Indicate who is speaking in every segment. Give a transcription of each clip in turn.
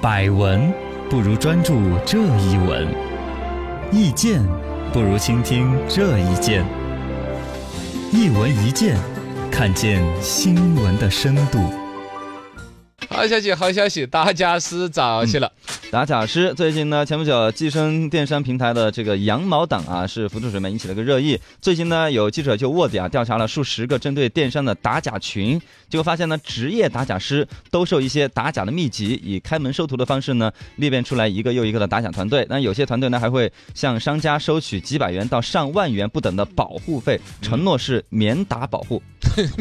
Speaker 1: 百闻不如专注这一闻，意见不如倾听这一见。一闻一见，看见新闻的深度。
Speaker 2: 好消息，好消息，大家是早起了。
Speaker 3: 打假师最近呢，前不久寄生电商平台的这个羊毛党啊，是福州水们引起了个热议。最近呢，有记者就卧底啊，调查了数十个针对电商的打假群，结果发现呢，职业打假师兜售一些打假的秘籍，以开门收徒的方式呢，裂变出来一个又一个的打假团队。那有些团队呢，还会向商家收取几百元到上万元不等的保护费，承诺是免打保护，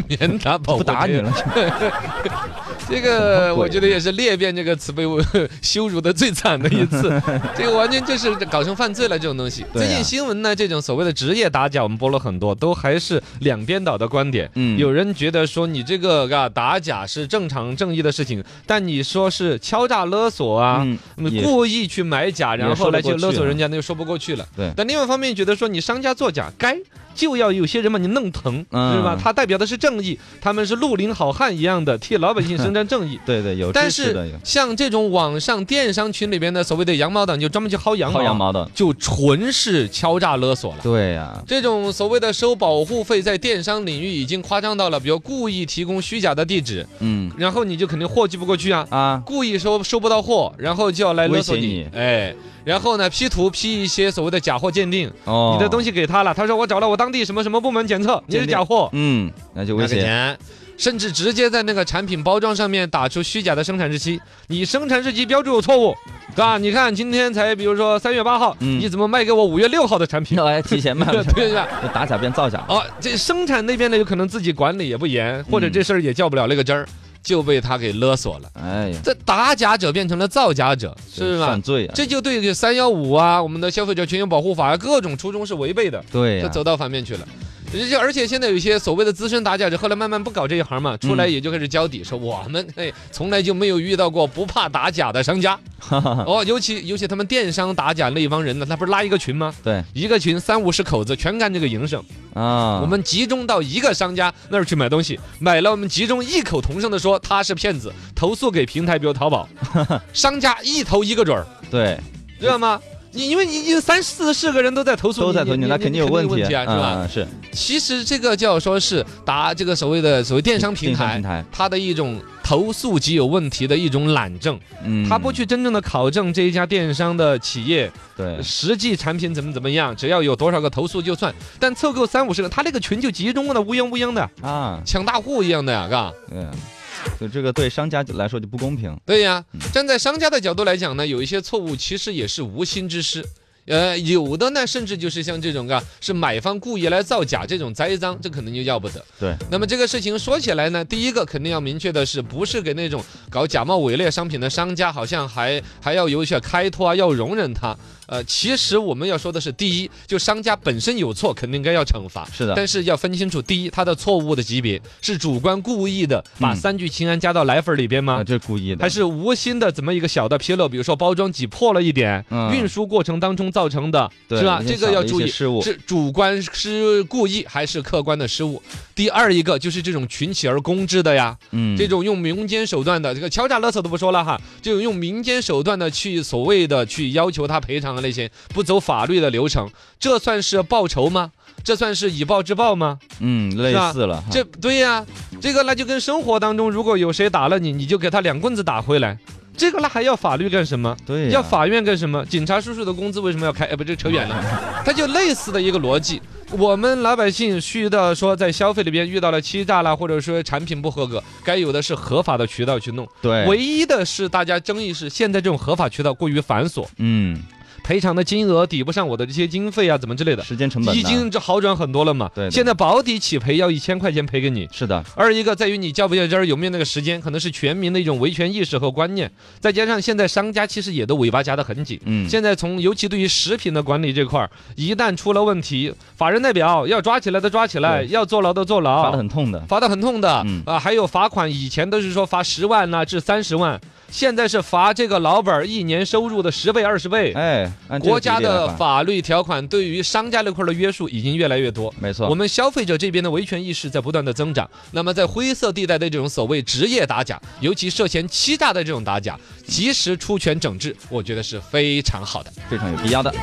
Speaker 2: 免打保护
Speaker 3: 不打你了。
Speaker 2: 啊这个 我觉得也是“裂变”这个词被我羞辱的最惨的一 次，这个完全就是搞成犯罪了这种东西。
Speaker 3: 对
Speaker 2: 最
Speaker 3: 啊
Speaker 2: 近新闻呢，这种所谓的职业打假，我们播了很多，都还是两边倒的观点。
Speaker 3: 嗯
Speaker 2: 有人觉得说你这个啊打假是正常正义的事情，但你说是敲诈勒索啊，
Speaker 3: 嗯
Speaker 2: 你
Speaker 3: 也
Speaker 2: 故意去买假，然
Speaker 3: 也
Speaker 2: 后
Speaker 3: 说得
Speaker 2: 来去
Speaker 3: 过去
Speaker 2: 勒索
Speaker 3: 啊
Speaker 2: 人家，那就说不过去了。
Speaker 3: 对
Speaker 2: 但另外一方面，觉得说你商家作假该。就要有些人把你弄疼，
Speaker 3: 嗯
Speaker 2: 是吧？他代表的是正义，他们是绿林好汉一样的替老百姓伸张 正义。
Speaker 3: 对对，有
Speaker 2: 但
Speaker 3: 知识的，
Speaker 2: 是
Speaker 3: 有
Speaker 2: 像这种网上电商群里边的所谓的羊毛党，就专门去薅羊毛，啊
Speaker 3: 薅羊毛的。
Speaker 2: 就纯是敲诈勒索了。
Speaker 3: 对啊呀、
Speaker 2: 这种所谓的收保护费，在电商领域已经夸张到了，比如故意提供虚假的地址，
Speaker 3: 嗯
Speaker 2: 然后你就肯定货寄不过去啊，
Speaker 3: 啊，
Speaker 2: 故意收收不到货，然后就要来勒索
Speaker 3: 威
Speaker 2: 你
Speaker 3: 胁，
Speaker 2: 哎，然后呢 P 图 P 一些所谓的假货鉴定，
Speaker 3: 哦，
Speaker 2: 你的东
Speaker 3: 西，
Speaker 2: 西给他了，他说我找了我当地什么什么部门检测，你是
Speaker 3: 鉴定
Speaker 2: 假货，
Speaker 3: 嗯，那就威
Speaker 2: 那个
Speaker 3: 胁，
Speaker 2: 钱，甚至直接在那个产品包装上面打出虚假的生产日期，你生产日期标注有错误，啊，你看今天才比如说三月八号，
Speaker 3: 嗯
Speaker 2: 你怎么卖给我五月六号的产品？
Speaker 3: 那我还提前卖了，
Speaker 2: 对吧？
Speaker 3: 就打假变造假，
Speaker 2: 哦，这生产那边呢，有可能自己管理也不严，或
Speaker 3: 嗯
Speaker 2: 者这事儿也较不了那个真儿，就被他给勒索了。
Speaker 3: 哎呀，
Speaker 2: 这打假者变成了造假者，是吧
Speaker 3: 犯？罪啊，
Speaker 2: 这就对三幺五啊，我们的消费者权益保护法啊，各种初衷是违背的。
Speaker 3: 对呀、
Speaker 2: 就走到反面去了。就而且现在有一些所谓的资深打假者，后来慢慢不搞这一行
Speaker 3: 嗯
Speaker 2: 嘛，出来也就开始交底，说我们哎从来就没有遇到过不怕打假的商 家。哦，尤其尤其他们电商打假那一帮人呢，他不是拉一个群吗？
Speaker 3: 对
Speaker 2: 一个群三五十口子全干这个营生，
Speaker 3: 啊，
Speaker 2: 我们集中到一个商家那儿去买东西，买了我们集中异口同声的说他是骗子，投诉给平台，比如淘 宝，商家一头一个准儿，
Speaker 3: 对
Speaker 2: 知道吗？你因为你你三四十个人都在投诉你，
Speaker 3: 都在投你，那肯定有问
Speaker 2: 问
Speaker 3: 题
Speaker 2: 题啊，是吧？
Speaker 3: 嗯是
Speaker 2: 其实这个叫说是打这个所谓的所谓电商平
Speaker 3: 电商
Speaker 2: 台
Speaker 3: 平，台，
Speaker 2: 它的一种投诉及有问题的一种懒政，
Speaker 3: 嗯，
Speaker 2: 它不去真正的考证这一家电商的企业
Speaker 3: 对，
Speaker 2: 实际产品怎么怎么样，只要有多少个投诉就算，但凑够三五十个，他那个群就集中的乌泱乌泱的，
Speaker 3: 啊，
Speaker 2: 抢大户一样的呀，嘎。
Speaker 3: 对，就这个对商家来说就不公平，
Speaker 2: 对呀
Speaker 3: 嗯，
Speaker 2: 站在商家的角度来讲呢，有一些错误其实也是无心之失。呃，有的呢，甚至就是像这种啊，是买方故意来造假这种栽赃，这可能就要不得。
Speaker 3: 对，
Speaker 2: 那么这个事情说起来呢，第一个肯定要明确的是，不是给那种搞假冒伪劣商品的商家，好像还还要有些开脱啊，要容忍他。呃，其实我们要说的是，第一，就商家本身有错，肯定该要惩罚。
Speaker 3: 是的，
Speaker 2: 但是要分清楚，第一，他的错误的级别是主观故意的，把
Speaker 3: 嗯
Speaker 2: 三聚氰胺加到奶粉里边吗
Speaker 3: 啊，？这是故意的，
Speaker 2: 还是无心的怎么一个小的纰漏，比如说包装挤破了一点，
Speaker 3: 嗯
Speaker 2: 运输过程当中造成的，
Speaker 3: 对
Speaker 2: 是吧？
Speaker 3: 一些
Speaker 2: 这个
Speaker 3: 小
Speaker 2: 要
Speaker 3: 的一
Speaker 2: 注
Speaker 3: 些
Speaker 2: 意，
Speaker 3: 失误，
Speaker 2: 是主观是故意还是客观的失误？第二一个就是这种群起而攻之的呀，
Speaker 3: 嗯，
Speaker 2: 这种用民间手段的，这个敲诈勒索都不说了哈，这种用民间手段的去所谓的去要求他赔偿的那些，不走法律的流程，这算是报仇吗？这算是以暴制暴吗？
Speaker 3: 嗯，类
Speaker 2: 是吧
Speaker 3: 似了哈，
Speaker 2: 这对呀、这个那就跟生活当中，如果有谁打了你，你就给他两棍子打回来，这个那还要法律干什么？
Speaker 3: 对呀
Speaker 2: 要法院干什么？警察叔叔的工资为什么要开？哎，不，这扯远了，它就类似的一个逻辑。我们老百姓遇到说在消费里边遇到了欺诈啦，或者说产品不合格，该有的是合法的渠道去弄。
Speaker 3: 对，
Speaker 2: 唯一的是大家争议是现在这种合法渠道过于繁琐，
Speaker 3: 嗯，
Speaker 2: 赔偿的金额抵不上我的这些经费啊，怎么之类的。
Speaker 3: 时间成本
Speaker 2: 已
Speaker 3: 呐
Speaker 2: 经这好转很多了嘛？
Speaker 3: 对的
Speaker 2: 现在保底起赔要一千块钱赔给你。
Speaker 3: 是的，
Speaker 2: 二一个在于你较不较真儿，有没有那个时间，可能是全民的一种维权意识和观念，再加上现在商家其实也都尾巴夹得很紧。
Speaker 3: 嗯，
Speaker 2: 现在从尤其对于食品的管理这块儿，一旦出了问题，法人代表要抓起来的抓起来，
Speaker 3: 对
Speaker 2: 要坐牢的坐
Speaker 3: 发的
Speaker 2: 牢，
Speaker 3: 很痛的，
Speaker 2: 罚的很痛的。啊、
Speaker 3: 嗯
Speaker 2: 还有罚款，以前都是说罚十万呐、至三十万，现在是罚这个老板儿一年收入的十倍、二十倍。
Speaker 3: 哎，按这个
Speaker 2: 国家
Speaker 3: 比例来
Speaker 2: 的
Speaker 3: 管
Speaker 2: 法律条款对于商家那块儿的约束已经越来越多。
Speaker 3: 没错，
Speaker 2: 我们消费者这边的维权意识在不断的增长。那么在灰色地带的这种所谓职业打假，尤其涉嫌欺诈的这种打假，及时出拳整治，我觉得是非常好的。
Speaker 3: 非常有必要的。